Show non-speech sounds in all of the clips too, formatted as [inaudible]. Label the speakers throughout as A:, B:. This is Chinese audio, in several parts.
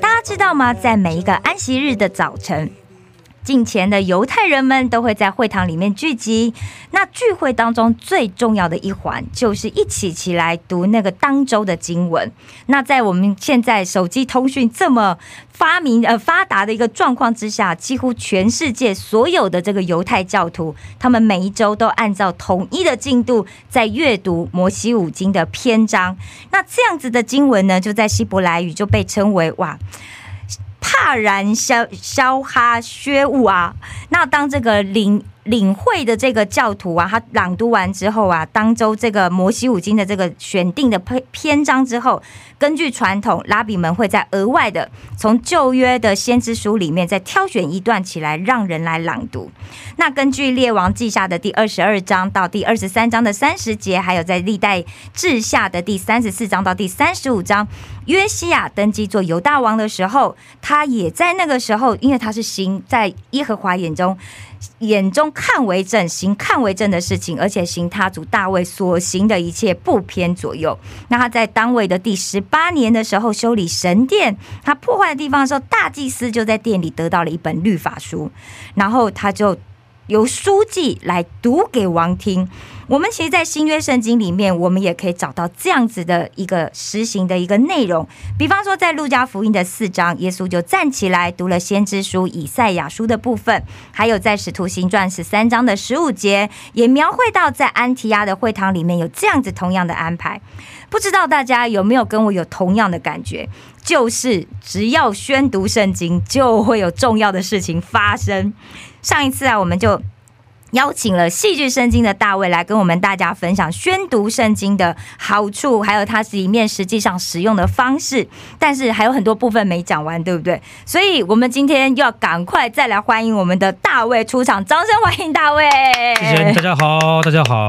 A: 大家知道吗？在每一个安息日的早晨，近前的犹太人们都会在会堂里面聚集。那聚会当中最重要的一环，就是一起起来读那个当周的经文。那在我们现在手机通讯这么发明呃发达的一个状况之下，几乎全世界所有的这个犹太教徒，他们每一周都按照统一的进度在阅读摩西五经的篇章。那这样子的经文呢，就在希伯来语就被称为哇。帕然消消哈薛物啊，那当这个领领会的这个教徒啊，他朗读完之后啊，当周这个摩西五经的这个选定的篇篇章之后，根据传统，拉比们会在额外的从旧约的先知书里面再挑选一段起来，让人来朗读。那根据列王记下的第二十二章到第二十三章的三十节，还有在历代志下的第三十四章到第三十五章，约西亚登基做犹大王的时候，他也在那个时候，因为他是行在耶和华眼中眼中看为正，行看为正的事情，而且行他主大卫所行的一切不偏左右。那他在当位的第十八年的时候修理神殿，他破坏的地方的时候，大祭司就在殿里得到了一本律法书，然后他就由书记来读给王听。我们其实，在新约圣经里面，我们也可以找到这样子的一个实行的一个内容。比方说，在路加福音的四章，耶稣就站起来读了先知书以赛亚书的部分，还有在使徒行传十三章的十五节，也描绘到在安提亚的会堂里面有这样子同样的安排。不知道大家有没有跟我有同样的感觉？就是只要宣读圣经，就会有重要的事情发生。上一次啊，我们就邀请了戏剧圣经的大卫来跟我们大家分享宣读圣经的好处，还有它里面实际上使用的方式。但是还有很多部分没讲完，对不对？所以我们今天要赶快再来欢迎我们的大卫出场，掌声欢迎大卫！
B: 谢
A: 哎
B: 谢大家好，大家好，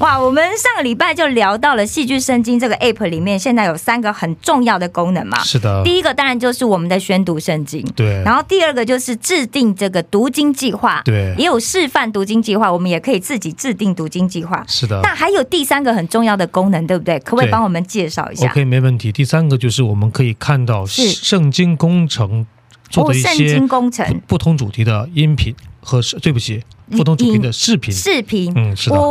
A: 哇，我们上个礼拜就聊到了戏剧圣经这个 app 里面，现在有三个很重要的功能嘛。
B: 是的，
A: 第一个当然就是我们的宣读圣经，
B: 对，
A: 然后第二个就是制定这个读经计划，
B: 对，
A: 也有示范读经计划，我们也可以自己制定读经计划。
B: 是的
A: 那还有第三个很重要的功能，对不对？可不可以
B: 对
A: 帮我们介绍一下？
B: ，OK，没问题。第三个就是我们可以看到
A: 是
B: 圣经工程做
A: 哦，
B: 的一
A: 圣
B: 些
A: 经工
B: 不
A: 程
B: 不同主题的音频和视对不起，
A: 影
B: 不同主题的视频，
A: 视频，
B: 嗯，是
A: 我、
B: 的，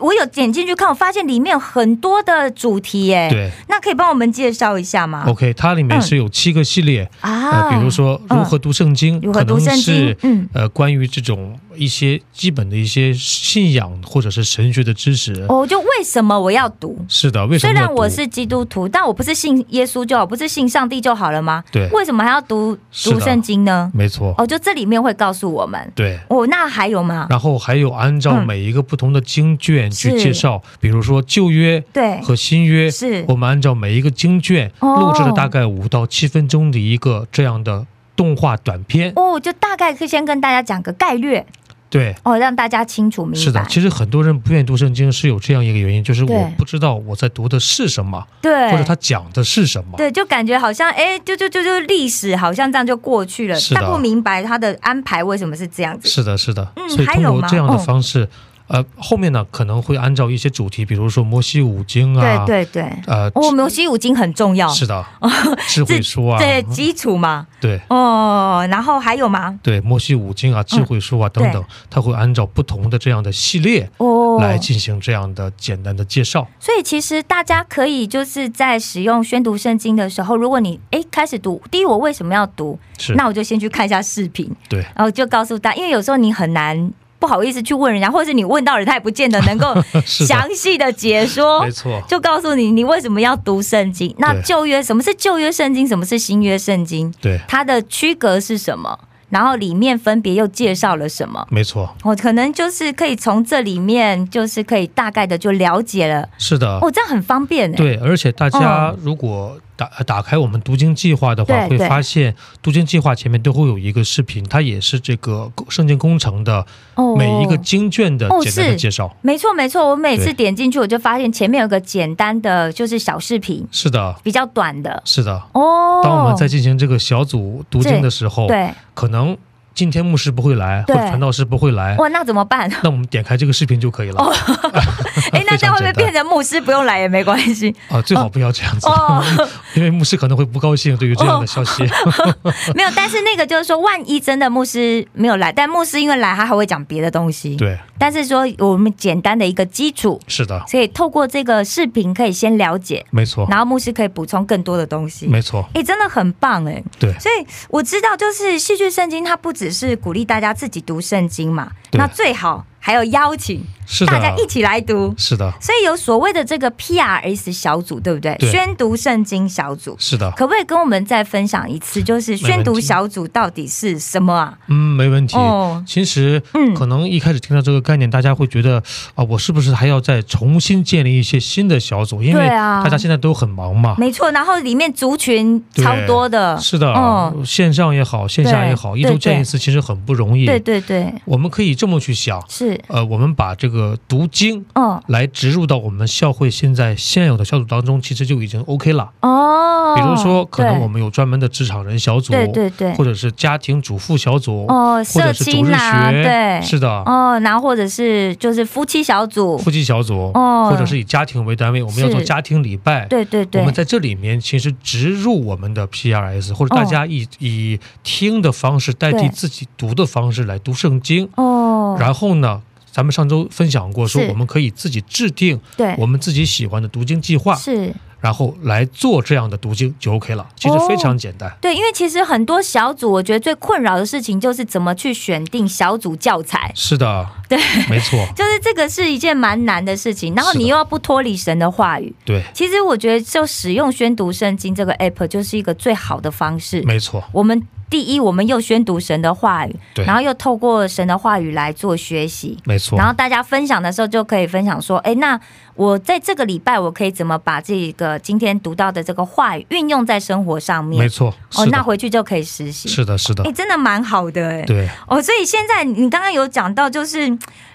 A: 我有点进去看，我发现里面有很多的主题耶。
B: 对
A: 那可以帮我们介绍一下吗？
B: ，OK，它里面是有七个系列，
A: 啊
B: 呃，比如说如何读圣经，
A: 嗯如
B: 可
A: 何读
B: 能
A: 圣经
B: 是，
A: 嗯，
B: 呃关于这种一些基本的一些信仰或者是神学的知识。
A: 哦，就为什么我要读？
B: 是的，为什
A: 虽
B: 么要
A: 然我
B: 读
A: 是基督徒，但我不是信耶稣就好，不是信上帝就好了吗？
B: 对，
A: 为什么还要读
B: 是
A: 读
B: 的
A: 圣经呢？
B: 没错，
A: 哦，就这里面会告诉我们。
B: 对。
A: 哦，那还有吗？
B: 然后还有按照
A: 嗯
B: 每一个不同的经卷去
A: 是
B: 介绍，比如说旧约
A: 对，
B: 和新约，
A: 是
B: 我们按照每一个经卷
A: 哦
B: 录制了大概五到七分钟的一个这样的动画短片。
A: 哦，就大概可以先跟大家讲个概略
B: 对，
A: 哦，让大家清楚明白。
B: 是的，其实很多人不愿意读圣经是有这样一个原因，就是
A: 对
B: 我不知道我在读的是什么，
A: 对，
B: 或者他讲的是什么。
A: 对，就感觉好像哎，就就就就历史好像这样就过去了，
B: 是的
A: 但不明白他的安排为什么是这样子。
B: 是的，是的。
A: 嗯
B: 所以
A: 还
B: 通
A: 有
B: 过
A: 吗
B: 这样的
A: 哦
B: 方式，呃，后面呢可能会按照一些主题，比如说摩西五经啊，
A: 对对对，
B: 呃，
A: 哦，摩西五经很重要，
B: 是的，智慧书啊，
A: [laughs] 对基础嘛。
B: 对。
A: 哦，然后还有吗？
B: 对摩西五经啊、
A: 嗯
B: 智慧书啊、等等，它会按照不同的这样的系列
A: 哦，
B: 来进行这样的简单的介绍。
A: 所以其实大家可以就是在使用宣读圣经的时候，如果你诶开始读，第一我为什么要读？
B: 是，
A: 那我就先去看一下视频，
B: 对，
A: 然后就告诉大家，因为有时候你很难不好意思去问人家，或者是你问到人他也不见得
B: [laughs]
A: 能够
B: 是的，
A: 详细的解说
B: 没。错，
A: 就告诉你，你为什么要读圣经？那
B: 对
A: 旧约什么是旧约圣经？什么是新约圣经？
B: 对，
A: 它的区隔是什么？然后里面分别又介绍了什么？
B: 没错，
A: 我哦可能就是可以从这里面，就是可以大概的就了解了。哦
B: 是的，
A: 哦，这样很方便哎。
B: 对。而且大家如果打呃打开我们读经计划的话，
A: 对
B: 会
A: 对
B: 发现读经计划前面都会有一个视频，它也是这个圣经工程的
A: 哦
B: 每一个经卷的
A: 哦
B: 简单的
A: 是
B: 介绍。
A: 没错没错，我每次
B: 对
A: 点进去，我就发现前面有个简单的，就是小视频，
B: 是的，
A: 比较短的
B: 是的。
A: 哦。
B: 当我们在进哦哎行这个小组读经的时候，
A: 对，
B: 可能今天牧师不会来，或
A: 对哦
B: 者传道师不会来，
A: 哇，那怎么
B: [laughs]
A: 办？
B: 那我们点开这个视频就可以了。
A: 哦哎，那
B: 非
A: 这样
B: 常
A: 会不会
B: 简单
A: 变成牧师不用来也没关系？
B: 啊，最好不要这样子，
A: 哦 [laughs]
B: 因为牧师可能会不高兴对于这样的消息。
A: 没有，但是那个就是说，万一真的牧师没有来，但牧师因为来，他还会讲别的东西。，
B: [laughs] 对，
A: 但是说我们简单的一个基础，
B: 是的，
A: 所以透过这个视频可以先了解，
B: 没错，
A: 然后牧师可以补充更多的东西。
B: 哦没错，
A: 哎，真的很棒哎！
B: 对
A: 所以我知道，就是戏剧圣经，它不只是鼓励大家自己读圣经嘛，
B: 对
A: 那最好还有邀请
B: 是
A: 大家
B: 的，
A: 一起来读。
B: 是的，
A: 所以有所谓的这个 PRS 小组，对不对？
B: 对
A: 宣读圣经小组，
B: 是的，
A: 可不可以跟我们再分享一次？就是宣读小组到底是什么啊？
B: 嗯，没问题。
A: 哦，
B: 其实
A: 嗯，
B: 可能一开始听到这个概念，大家会觉得啊，我是不是还要再重新建立一些新的小组？因为
A: 对啊
B: 大家现在都很忙嘛。
A: 没错。然后里面族群
B: 对
A: 超多的，
B: 是的，
A: 嗯
B: 线上也好，线下也好，
A: 对
B: 一周见一次其实很不容易。
A: 对对对，
B: 我们可以这么去想，
A: 是，
B: 呃，我们把这个读经
A: 哦
B: 来植入到我们校会现在现有的小组当中，其实就已经 OK 了。
A: 哦。
B: 比如说，可能
A: 对
B: 我们有专门的职场人小组，
A: 对对对，
B: 或者是家庭主妇小组，
A: 哦，
B: 或
A: 社
B: 者是主
A: 青
B: 日
A: 啊，
B: 学，
A: 对，
B: 是的，
A: 哦，然后或者是就是夫妻小组，
B: 啊夫妻小组，
A: 哦
B: 或者是以家庭为单位，我们要做
A: 是
B: 家庭礼拜。
A: 对对
B: 我
A: 对
B: 们，在这里面其实植入我们的 PRS，或者
A: 哦
B: 大家以、以听的方式代替
A: 对
B: 自己读的方式来读圣经。
A: 哦，
B: 然后呢，咱们上周分享过，说
A: 是
B: 我们可以自己制定
A: 对，
B: 我们自己喜欢的读经计划，
A: 是。
B: 然后来做这样的读经就 OK 了。其实非常简单。
A: 对，因为其实很多小组，我觉得最困扰的事情就是怎么去选定小组教材，
B: 是的，对，没错，
A: 就是这个是一件蛮难的事情。然后
B: 是的
A: 你又要不脱离神的话语，
B: 对，
A: 其实我觉得就使用宣读圣经这个 app 就是一个最好的方式。
B: 没错，
A: 我们第一，我们又宣读神的话语，
B: 对
A: 然后又透过神的话语来做学习。
B: 没错
A: 然。后大家分享的时候就可以分享说，哎，那我在这个礼拜我可以怎么把这个今天读到的这个话语运用在生活上
B: 没
A: 面？
B: 错，
A: 哦
B: 是，的，
A: 那回去就可以实行。
B: 是的，是的
A: 哎，，真的蛮好的哎。
B: 对，
A: 哦，所以现在你刚刚有讲到，就是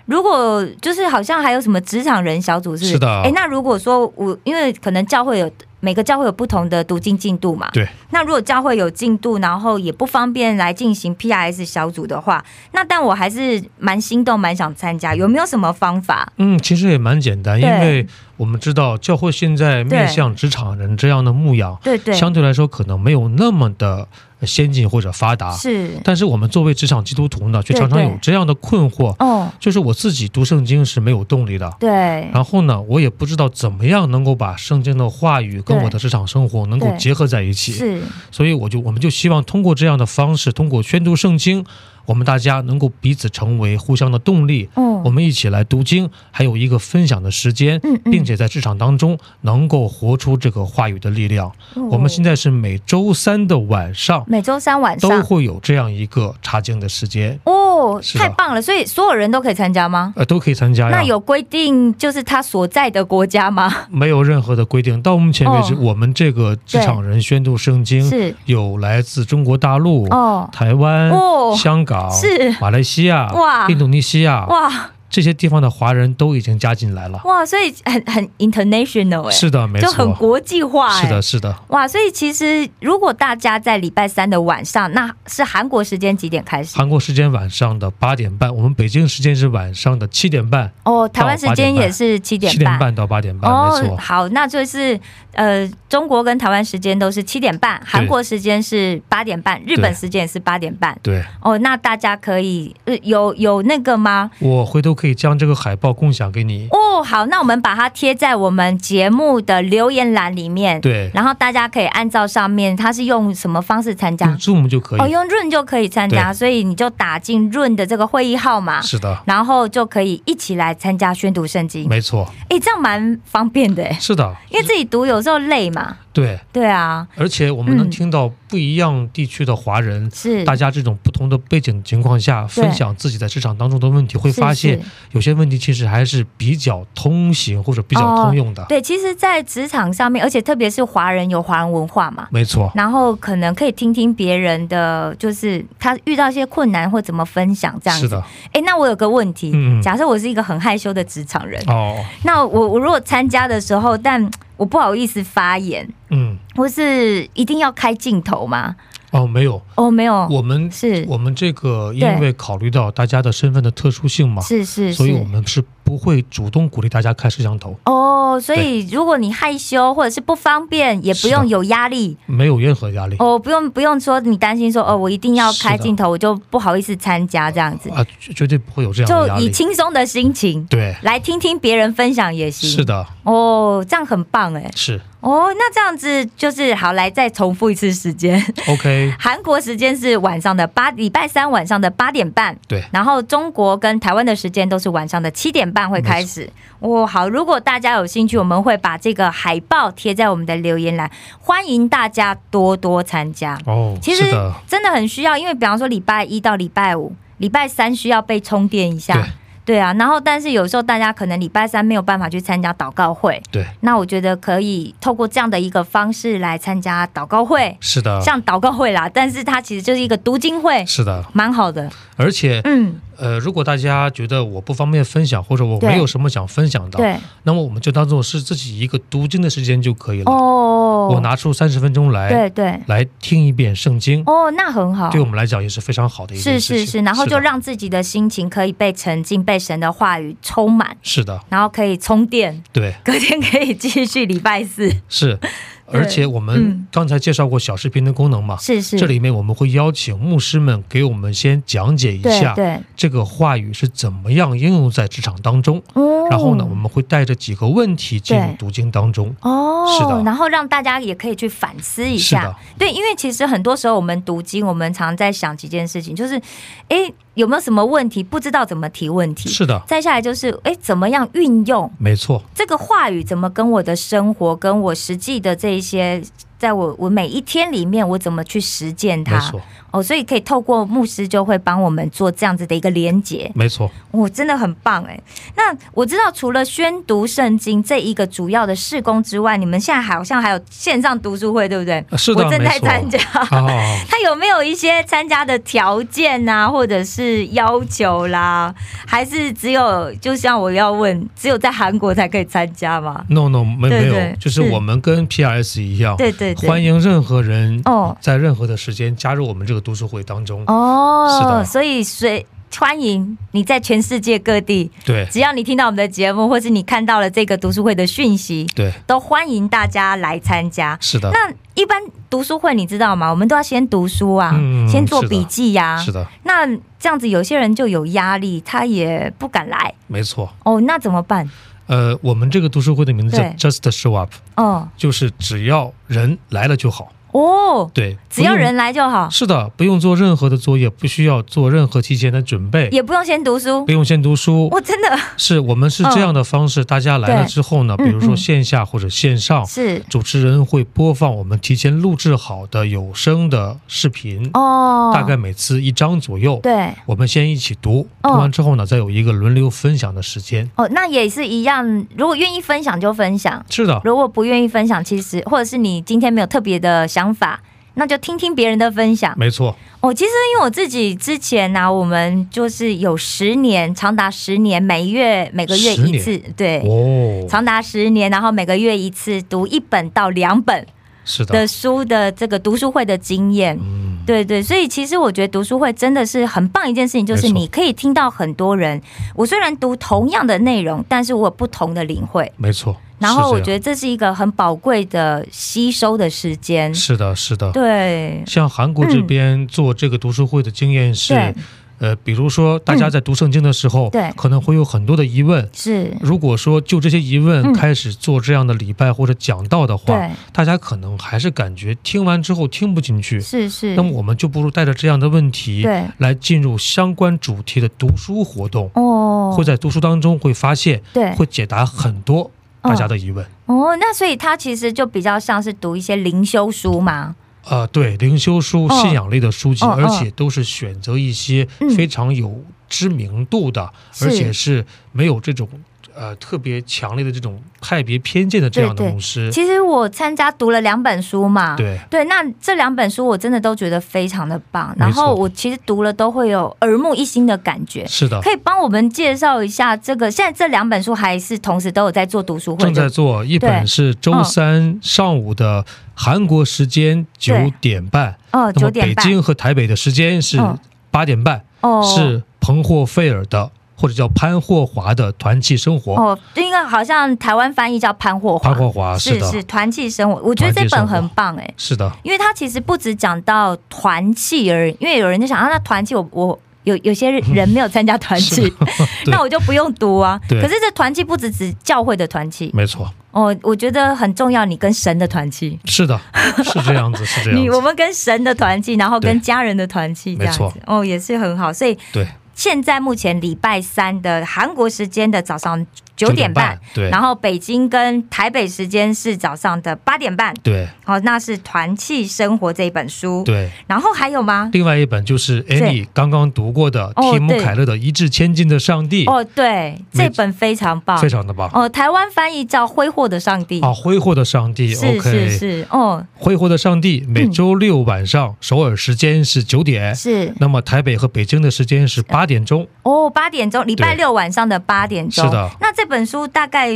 A: 如果就是好像还有什么职场人小组是不
B: 是的
A: 哎，那如果说我因为可能教会有每个教会有不同的读经进度嘛，
B: 对。
A: 那如果教会有进度，然后也不方便来进行 PIS 小组的话，那但我还是蛮心动，蛮想参加。有没有什么方法？
B: 嗯，其实也蛮简单，因
A: 对
B: 为我们知道教会现在面向职场人这样的牧养，
A: 对对，
B: 相对来说可能没有那么的先进或者发达。
A: 是
B: 但是我们作为职场基督徒呢，却
A: 对
B: 常常
A: 对
B: 有这样的困惑，
A: 哦，
B: 就是我自己读圣经是没有动力的。
A: 对，
B: 嗯然后呢，我也不知道怎么样能够把圣经的话语跟
A: 对
B: 我的职场生活能够
A: 对
B: 结合在一起，
A: 是
B: 所以我就我们就希望通过这样的方式，通过宣读圣经，我们大家能够彼此成为互相的动力，
A: 哦
B: 我，们一起来读经，还有一个分享的时间，
A: 嗯嗯
B: 并且在职场当中能够活出这个话语的力量。我们现
A: 在
B: 在是每周三的晚上
A: 哦每周三哦晚
B: 都
A: 上
B: 会有这样一个查经的时间，
A: 哦，
B: 是的
A: 太棒了！所以所有人都可以参加吗？
B: 呃，都可以参加呀。
A: 那有规定就是他所在的国家吗？
B: 没有任何的规定？到目前为止，
A: 哦
B: 我们这个职场人宣读圣经
A: 是
B: 有来自中国大陆、
A: 哦，
B: 台湾、
A: 哦
B: 香港、
A: 是
B: 马来西亚、
A: 哇
B: 印度尼西亚
A: 哇
B: 这些地方的华人都已经加进来了。
A: 哇，所以很很 international 哎、
B: 是的，没
A: 就很
B: 错，
A: 国际化哎、
B: 是的，是的。
A: 哇，所以其实如果大家在礼拜三的晚上，那是韩国时间几点开始？
B: 韩国时间晚上的八点半，我们北京时间是晚上的七点半，
A: 哦，台湾时间也是七点
B: 七点半到八点半，没
A: 哦，
B: 错，
A: 好，那就是呃，中国跟台湾时间都是七点半，韩国时间是八点半，日本时间也是八点半。
B: 对。
A: 哦，那大家可以呃有有那个吗？
B: 我回头可以将这个海报共享给你，
A: 哦，好，那我们把它贴在我们节目的留言栏里面。。
B: 对，
A: 然后大家可以按照上面，它是用什么方式参加？
B: 用 Zoom 就可
A: 哦，
B: 以，
A: 用润就可以参加，所以你就打进润的这个会议号码，
B: 是的，
A: 然后就可以一起来参加宣读圣经。
B: 没错，
A: 诶，这样蛮方便的诶，
B: 是的，
A: 因为自己读有时候累嘛。
B: 对，
A: 对啊，
B: 而且我们
A: 嗯
B: 能听到不一样地区的华人。
A: 是
B: 大家这种不同的背景情况下，分享自己在职场当中的问题，会
A: 是
B: 发现
A: 是
B: 有些问题其实还是比较较通行或者比较通用的。
A: 哦对，其实，在职场上面，而且特别是华人有华人文化嘛，
B: 没错，
A: 然后可能可以听听别人的，就是他遇到一些困难会怎么分享这样
B: 是
A: 子。
B: 的，
A: 哎，那我有个问题，
B: 嗯嗯
A: 假设我是一个很害羞的职场人，
B: 哦，
A: 那我我如果参加的时候，但我不好意思发言，
B: 嗯，
A: 或是一定要开镜头吗？
B: 哦，没有，
A: 哦，没有，
B: 我们
A: 是
B: 我们这个因
A: 对
B: 为考虑到大家的身份的特殊性嘛，
A: 是是
B: 所以我
A: 是。
B: 们是不会主动鼓励大家开摄像头，
A: 哦，所以如果你害羞或者是不方便，也不
B: 是的
A: 用有压力
B: 没有任何压力。
A: 嗯哦，不用不用说你担心说哦，我一定要开
B: 是的
A: 镜头，我就不好意思参加这样子，
B: 啊，绝绝对不会有这样
A: 就
B: 的压
A: 以
B: 力。
A: 轻松的心情
B: 对，
A: 来听听别人分享也行。
B: 是的，
A: 哦，这样很棒哎。
B: 是
A: 哦，那这样子就是好，来再重复一次时间。
B: OK，
A: 韩国时间是晚上的八，礼拜三晚上的八点半。
B: 对，
A: 然后中国跟台湾的时间都是晚上的七点半会开始。哦，好，如果大家有兴趣，我们会把这个海报贴在我们的留言栏，欢迎大家多多参加。
B: 哦，
A: 其实
B: 是的，
A: 真的很需要，因为比方说礼拜一到礼拜五，礼拜三需要被充电一下。
B: 对
A: 对啊，然后但是有时候大家可能礼拜三没有办法去参加祷告会，
B: 对，
A: 那我觉得可以透过这样的一个方式来参加祷告会，
B: 是的，
A: 像祷告会啦，但是它其实就是一个读经会，
B: 是的，
A: 蛮好的。
B: 而且
A: 嗯，
B: 呃，如果大家觉得我不方便分享，或者我
A: 对
B: 没有什么想分享的，
A: 对，
B: 那么我们就当做是自己一个读经的时间就可以了。
A: 哦，
B: 我拿出三十分钟来
A: 对对，
B: 来听一遍圣经，
A: 哦，那很好
B: 对。我们来讲也是非常好的一件
A: 是
B: 事情。
A: 是是，然后
B: 的
A: 就让自己的心情可以被沉浸、被神的话语充满，
B: 是的，
A: 然后可以充电，
B: 对，
A: 隔天可以继续礼拜
B: [laughs]
A: 四。 [laughs]
B: 是，而且我
A: 嗯
B: 们刚才介绍过小视频的功能嘛，
A: 是是，
B: 这里面我们会邀请牧师们给我们先讲解一
A: 对
B: 下
A: 对，
B: 这个话语是怎么样应用在职场当中。
A: 哦
B: 然后呢，我们会带着几个问题进入
A: 对
B: 读经当中。
A: 哦，
B: 是的
A: 然后让大家也可以去反思一
B: 是
A: 下
B: 的，
A: 对，因为其实很多时候我们读经，我们常在想几件事情，就是，诶，有没有什么问题不知道怎么提问题？
B: 是的，
A: 再下来就是，诶，怎么样运用
B: 没错，
A: 这个话语，怎么跟我的生活，跟我实际的这一些，在我我每一天里面，我怎么去实践
B: 没
A: 它？
B: 错，
A: 哦，所以可以透过牧师就会帮我们做这样子的一个连结。
B: 没错，
A: 我、真的很棒哎！那我知道，除了宣读圣经这一个主要的事工之外，你们现在好像还有线上读书会，对不对？
B: 呃是
A: 我
B: 的，
A: 正
B: 没
A: 在
B: 错。
A: 参加。
B: 好好好，
A: 他有没有一些参加的条件啊，或者是要求啦？还是只有就像我要问，只有在韩国才可以参加吗？
B: no no 没
A: 对
B: 没
A: 对
B: 有，就是
A: 是
B: 我们跟 PRS 一样，
A: 对对对，
B: 欢迎任何人
A: 哦
B: 在任何的时间加入我们这个读书会当中。是
A: 哦
B: 的，
A: 所以随欢迎你在全世界各地，
B: 对
A: 只要你听到我们的节目，或是你看到了这个读书会的讯息，
B: 对，
A: 都欢迎大家来参加。
B: 是的，
A: 那一般读书会你知道吗？我们都要先读书啊，
B: 嗯
A: 先做笔记呀、
B: 是的，
A: 那这样子有些人就有压力，他也不敢来
B: 没错。
A: 哦，那怎么办？
B: 呃，我们这个读书会的名字叫
A: 对
B: Just Show Up，
A: 哦
B: 就是只要人来了就好。
A: 哦，
B: 对，
A: 只要
B: 不用
A: 人来就好，
B: 是的，不用做任何的作业，不需要做任何提前的准备，
A: 也不用先读书
B: 不。用先读书。
A: 我、真的
B: 是我们是这样的方式，大家来了之后呢，
A: 嗯对
B: 比如
A: 嗯
B: 说
A: 嗯
B: 线下或者线上，
A: 是
B: 主持人会播放我们提前录制好的有声的视频，
A: 哦，
B: 大概每次一张左右。
A: 对
B: 我们先一起读，读
A: 哦
B: 完之后呢，再有一个轮流分享的时间。
A: 哦，那也是一样。如果愿意分享就分享，
B: 是的，
A: 如果不愿意分享，其实或者是你今天没有特别的想法，那就听听别人的分享。
B: 没错，
A: 哦，其实因为我自己之前呢、我们就是有十年，长达十年，每月每个月
B: 10
A: 一
B: 年
A: 次，对，
B: 哦，
A: 长达十年，然后每个月一次读一本到两本
B: 是的
A: 的，书的这个读书会的经验。
B: 嗯，
A: 对对，所以其实我觉得读书会真的是很棒一件事情，就是
B: 没错
A: 你可以听到很多人。我虽然读同样的内容，但是我有不同的领会。
B: 没错。
A: 然后
B: 是这
A: 我
B: 样
A: 觉得这是一个很宝贵的吸收的时间。
B: 是的，是的。
A: 对，
B: 像韩国这边做这个读书会的经验是，
A: 对
B: 呃，比如说大家在读圣经的时候，
A: 嗯对
B: 可能会有很多的疑问。
A: 是，
B: 如果说就这些疑
A: 嗯
B: 问开始做这样的礼拜或者讲道的话，
A: 对，
B: 大家可能还是感觉听完之后听不进去。
A: 是是
B: 那。么我们就不如带着这样的问题
A: 对
B: 来进入相关主题的读书活动，
A: 哦，
B: 会在读书当中会发现，
A: 对
B: 会解答很多大家的疑问。
A: 哦，那所以它其实就比较像是读一些灵修书嘛。
B: 啊，对，灵修书、
A: 哦
B: 信仰类的书籍，
A: 哦哦
B: 而且都是选择一些
A: 嗯
B: 非常有知名度的，
A: 是
B: 而且是没有这种呃特别强烈的这种派别偏见的这样的
A: 对对
B: 牧师，
A: 其实我参加读了两本书嘛，
B: 对
A: 那这两本书我真的都觉得非常的棒，
B: 没错
A: 然后我其实读了都会有耳目一新的感觉。
B: 是的，
A: 可以帮我们介绍一下这个？现在这两本书还是同时都有在做读书会
B: 正在
A: 的，
B: 做一本
A: 对
B: 是周三上午的韩国时间
A: 对
B: 九点半，
A: 哦，
B: 那
A: 九
B: 么
A: 点
B: 北
A: 半
B: 京和台北的时间是
A: 嗯
B: 八点半，
A: 哦，
B: 是彭霍费尔的或者叫潘霍华的团契生活。
A: 哦，因为好像台湾翻译叫潘霍华，
B: 潘霍华是
A: 是
B: 的，
A: 是团契生活，我觉得这本很棒哎、
B: 是的，
A: 因为它其实不只讲到团契而已，因为有人就想啊，那团契我我有有些人没有参加团
B: [laughs]
A: 契，
B: 对
A: [laughs] 那我就不用读啊。
B: 啊对
A: 可是这团契不只指教会的团契
B: 没错，
A: 哦，我觉得很重要，你跟神的团契，[laughs]
B: 是的，是这样子，是这
A: 你
B: 样
A: 我
B: 子，
A: 们跟神的团契，然后跟
B: 对
A: 家人的团契这样子
B: 没错，
A: 哦，也是很好。所以
B: 对，
A: 现在目前礼拜三的韩国时间的早上九点半。，
B: 对
A: 然，后北京跟台北时间是早上的八点半，
B: 对，
A: 哦，那是《团契生活》这一本书。
B: 对。
A: 然后还有吗？
B: 另外一本就是
A: 对
B: Annie 刚刚读过的
A: 哦
B: 提姆
A: 对
B: 凯勒的《一掷千金的上帝》，
A: 哦，对，
B: 没
A: 这本非常棒，
B: 非常的棒
A: 哦，台湾翻译叫《挥霍的上帝》
B: 啊！挥霍的上帝
A: 是是
B: ，OK，
A: 是，哦，
B: 挥霍的上帝每
A: 嗯
B: 周六晚上首尔时间是九点，
A: 是
B: 那么台北和北京的时间是八点钟。
A: 哦，八点钟，礼拜六晚上的八点钟。
B: 是的
A: 那这本书大概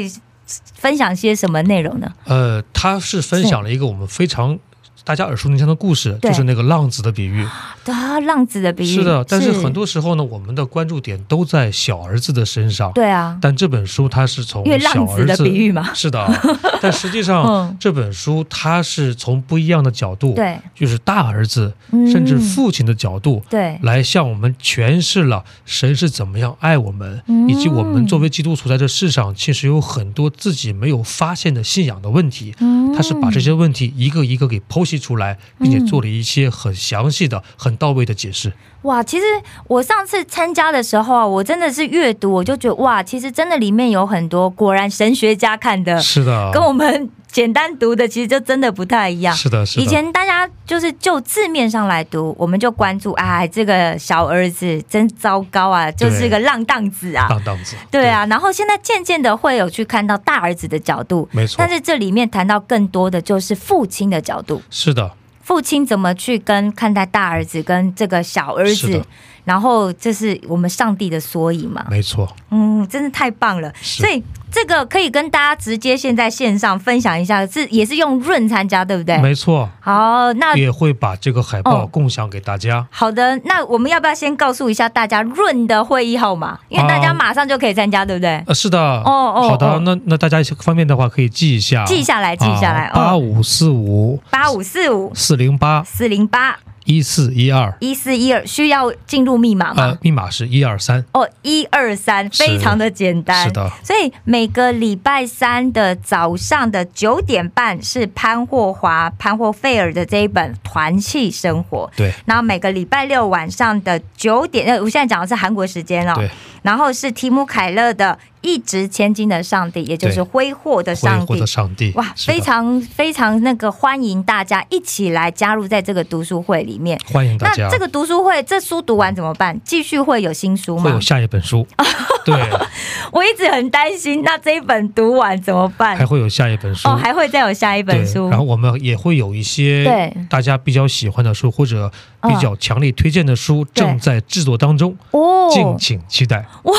A: 分享些什么内容呢？
B: 呃，他是分享了一个我们非常大家耳熟能详的故事，
A: 对
B: 就是那个浪子的比喻。
A: 啊，浪子的比喻
B: 是的，但是很多时候呢，我们的关注点都在小儿子的身上。
A: 对啊，
B: 但这本书它是从
A: 因为
B: 小
A: 浪
B: 儿
A: 子的比喻嘛，
B: [laughs] 是的，但实际上、
A: [laughs] 嗯
B: 这本书它是从不一样的角度，
A: 对，
B: 就是大儿子
A: 嗯
B: 甚至父亲的角度。
A: 对，
B: 来向我们诠释了神是怎么样爱我们，
A: 嗯
B: 以及我们作为基督徒在这世上其实有很多自己没有发现的信仰的问题。
A: 嗯
B: 他是把这些问题一个一个给剖析出来，并且做了一些很详细的、很到位的解释。
A: 哇，其实我上次参加的时候啊，我真的是阅读，我就觉得哇，其实真的里面有很多，果然神学家看的
B: 是的，
A: 呃跟我们简单读的，其实就真的不太一样。
B: 是的，是的，
A: 以前大家就是就字面上来读，我们就关注啊，这个小儿子真糟糕啊，就是个浪荡子啊，
B: 当当子，
A: 对，啊。然后现在渐渐的会有去看到大儿子的角度，
B: 没错
A: 但，是这里面谈到更多的就是父亲的角度。
B: 是的，
A: 父亲怎么去跟看待大儿子跟这个小儿
B: 是
A: 子
B: 的，
A: 然后这是我们上帝的缩影嘛？
B: 没错，
A: 嗯，真的太棒了。
B: 是
A: 所以这个可以跟大家直接现在线上分享一下，是也是用润参加，对不对？
B: 没错，
A: 好，那
B: 也会把这个海报
A: 嗯
B: 共享给大家。
A: 好的，那我们要不要先告诉一下大家润的会议号码？因为大家
B: 啊
A: 马上就可以参加，对不对？
B: 呃，是的，
A: 哦哦
B: 好的
A: 哦，
B: 那那大家方便的话可以记一下，啊
A: 记下来，记下来，
B: 八
A: 哦，
B: 五四五
A: 八五四五
B: 四零八
A: 四零八
B: 一四一二，
A: 一四一二，需要进入密码吗？
B: 呃，密码是一二三，
A: 哦，一二三，
B: 是
A: 非常的简单。
B: 是的
A: 所以每个礼拜三的早上的九点半是潘霍华、潘霍费尔的这一本《团契生活》。
B: 对，
A: 然后每个礼拜六晚上的九点，呃，我现在讲的是韩国时间哦
B: 对。
A: 然后是提姆凯勒的《一掷千金的上帝》，也就是
B: 对
A: 挥霍的
B: 挥
A: 上
B: 霍
A: 帝
B: 的。上帝，
A: 哇，
B: 是的
A: 非常非常那个欢迎大家一起来加入在这个读书会里面。
B: 欢迎大
A: 那
B: 家。
A: 这个读书会，这书读完怎么办？继续会有新书吗？
B: 会有下一本
A: [laughs]
B: 书，对，
A: 我一直很担心，那这一本读完怎么办
B: 还？会有下一本书
A: 哦，。还会再有下一
B: 对
A: 本，书
B: 然后。我们也会有一些
A: 对嗯
B: 大家比较喜欢的书，或者比较强烈推荐的书，正在制作当中，敬
A: 哦，
B: 请期待。
A: 哇，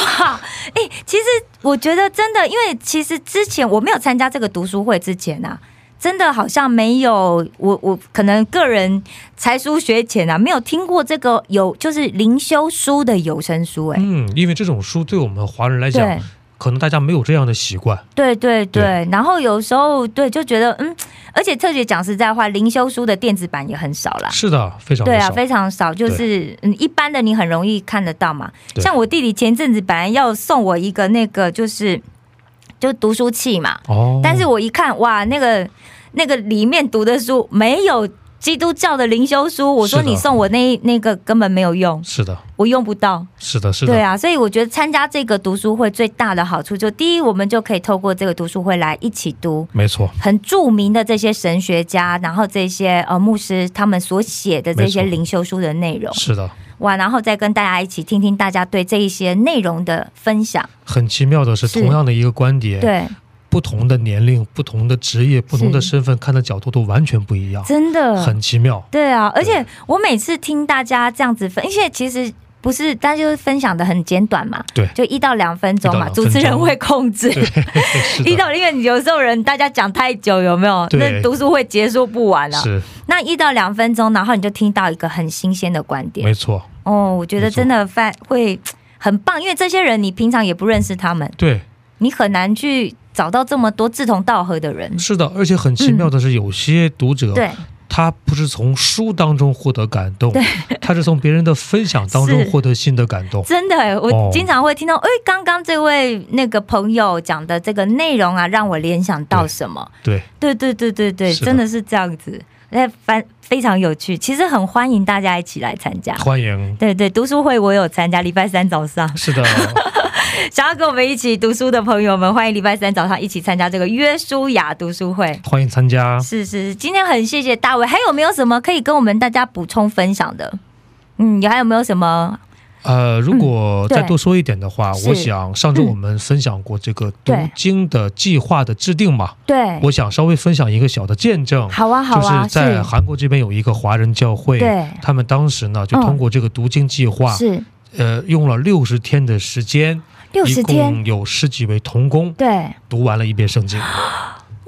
A: 哎、其实我觉得真的，因为其实之前我没有参加这个读书会之前啊，真的好像没有我我可能个人才疏学浅啊，没有听过这个有就是灵修书的有声书、哎、
B: 嗯，因为这种书对我们华人来
A: 对
B: 讲，可能大家没有这样的习惯，
A: 对对对，
B: 对
A: 然后有时候对就觉得嗯，而且特别讲实在话，灵修书的电子版也很少啦。
B: 是的，非常
A: 对
B: 的
A: 啊，
B: 少。
A: 非常少，就是嗯，一般的你很容易看得到嘛。
B: 对
A: 像我弟弟前阵子本来要送我一个那个就是就读书器嘛，
B: 哦，
A: 但是我一看哇，那个那个里面读的书没有基督教的灵修书，我说
B: 是的
A: 你送我那那个根本没有用，
B: 是的，
A: 我用不到。
B: 是的，是
A: 对
B: 的，
A: 啊，所以我觉得参加这个读书会最大的好处就第一，我们就可以透过这个读书会来一起读，
B: 没错，
A: 很著名的这些神学家，然后这些呃牧师他们所写的这些
B: 没错
A: 灵修书的内容，
B: 是的，
A: 哇，然后再跟大家一起听听大家对这一些内容的分享。
B: 很奇妙的是，
A: 是
B: 同样的一个观点，
A: 对，
B: 不同的年龄、不同的职业、不同的
A: 是
B: 身份，看的角度都完全不一样，
A: 真的
B: 很奇妙。
A: 对啊，而且我每次听大家这样子分，而且其实不是，但就是分享的很简短嘛，
B: 对
A: 就一到两分钟嘛，
B: 一到两分钟
A: 主持人会控制。
B: 对，是
A: 一
B: 的，
A: 到因为有时候人大家讲太久，有没有？
B: 对
A: 那读书会结束不完了、
B: 是
A: 那一到两分钟，然后你就听到一个很新鲜的观点
B: 没错，
A: 哦，我觉得
B: 没错
A: 真的发会很棒，因为这些人你平常也不认识他们，
B: 对，
A: 你很难去找到这么多志同道合的人。
B: 是的。而且很奇妙的是，有些读者
A: 嗯对，
B: 他不是从书当中获得感动，他是从别人的分享当中
A: 是
B: 获得新的感动。
A: 真的欸，我
B: 哦
A: 经常会听到，哎、刚刚这位那个朋友讲的这个内容啊，让我联想到什么？
B: 对，
A: 对对对对对，
B: 是的
A: 真的是这样子，哎，反非常有趣。其实很欢迎大家一起来参加。
B: 欢迎，
A: 对对，读书会我有参加，礼拜三早 [laughs] 上。
B: 是的，
A: 想要跟我们一起读书的朋友们，欢迎礼拜三早上一起参加这个约书亚读书会。
B: 欢迎参加。
A: 是是，今天很谢谢大卫。还有没有什么可以跟我们大家补充分享的？嗯，有还有没有什么？
B: 呃，如果再
A: 嗯对
B: 多说一点的话，
A: 是
B: 我想上周我们分享过这个读
A: 对
B: 经的计划的制定嘛，
A: 对，
B: 我想稍微分享一个小的见证，
A: 哎好啊好
B: 就
A: 啊，
B: 是在韩国这边有一个华人教会，
A: 对
B: 他们当时呢就
A: 嗯
B: 通过这个读经计划，
A: 是
B: 呃，用了六十天的时间，
A: 六
B: 一
A: 十天，
B: 共有十几位童工
A: 对，
B: 读完了一
A: [gasps]
B: 遍圣经，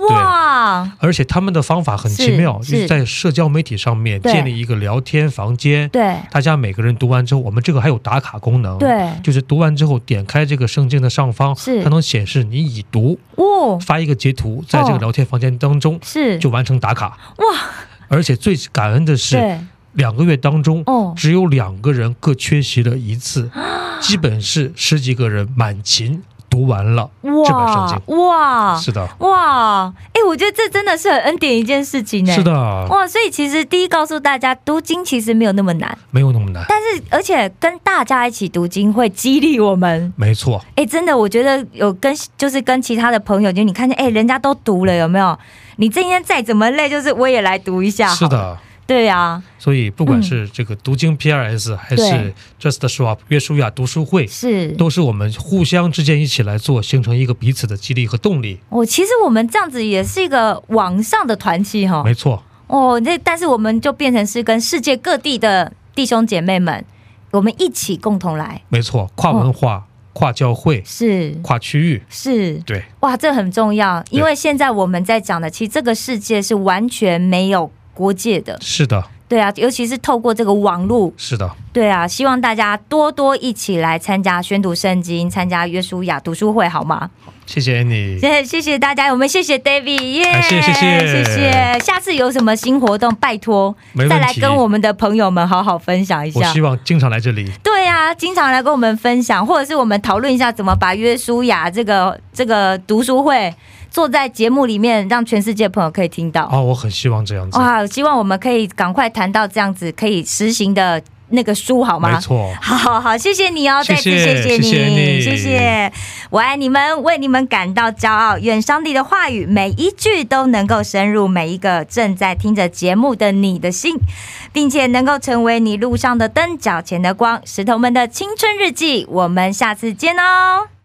A: 哇，
B: 而且他们的方法很奇
A: 是
B: 妙，就是是在社交媒体上面
A: 对
B: 建立一个聊天房间，
A: 对
B: 大家每个人读完之后，我们这个还有打卡功能，
A: 对，
B: 就是读完之后点开这个圣经的上方，
A: 是
B: 它能显示你已读，
A: 哦，
B: 发一个截图，在这
A: 哦
B: 个聊天房间当中
A: 是
B: 就完成打卡。
A: 哇，
B: 而且最感恩的是，
A: 对
B: 两个月当中
A: 哦
B: 只有两个人各缺席了一
A: [gasps]
B: 次，基本是十几个人满勤读完了这本圣
A: 哇
B: 经。
A: 哇
B: 是的，
A: 哇，哎，我觉得这真的是很恩典一件事情呢。
B: 是。的，
A: 哇，所以其实第一告诉大家，读经其实没有那么难，
B: 没有那么难，
A: 但是而且跟大家一起读经会激励我们。
B: 没错，
A: 哎，真的，我觉得有跟就是跟其他的朋友，就你看见哎，人家都读了，有没有？你今天再怎么累，就是我也来读一下。
B: 是，的。
A: 对啊，
B: 所以，不管
A: 嗯
B: 是这个读经 PRS 还
A: 对
B: 是 Just Swap 约书亚读书会，
A: 是。
B: 都是我们互相之间一起来做，形成一个彼此的激励和动力。
A: 哦，其实我们这样子也是一个网上的团契哈、
B: 没错，
A: 哦。那但是我们就变成是跟世界各地的弟兄姐妹们，我们一起共同来，
B: 没错，跨文
A: 哦
B: 化、跨教会、
A: 嗯是
B: 跨区域，
A: 是，
B: 对，
A: 哇，这很重要，因为现在我们在讲的，其实这个世界是完全没有国界的，
B: 是的，
A: 对啊，尤其是透过这个网络，
B: 是的，
A: 对啊，希望大家多多一起来参加宣读圣经，参加约书亚读书会，好吗？
B: 谢谢你，
A: 谢 [laughs] 谢谢大家，我们谢谢 David，耶、
B: 哎谢谢谢
A: 谢
B: 谢
A: 谢下次有什么新活动，拜托
B: 没问题
A: 再来跟我们的朋友们好好分享一
B: 我
A: 下
B: 希。望经常来这里。
A: 对啊，经常来跟我们分享，或者是我们讨论一下怎么把约书亚这个这个读书会做在节目里面，让全世界朋友可以听到。
B: 哦，我很希望这样子，
A: 哇，希望我们可以赶快谈到这样子可以实行的那个书，好吗？
B: 没错，
A: 好好好，谢谢你哦，
B: 谢谢
A: 再次谢谢你，
B: 谢谢你
A: 谢谢我爱你们，为你们感到骄傲。愿上帝的话语每一句都能够深入每一个正在听着节目的你的心，并且能够成为你路上的灯，脚前的光。石头们的青春日记，我们下次见哦。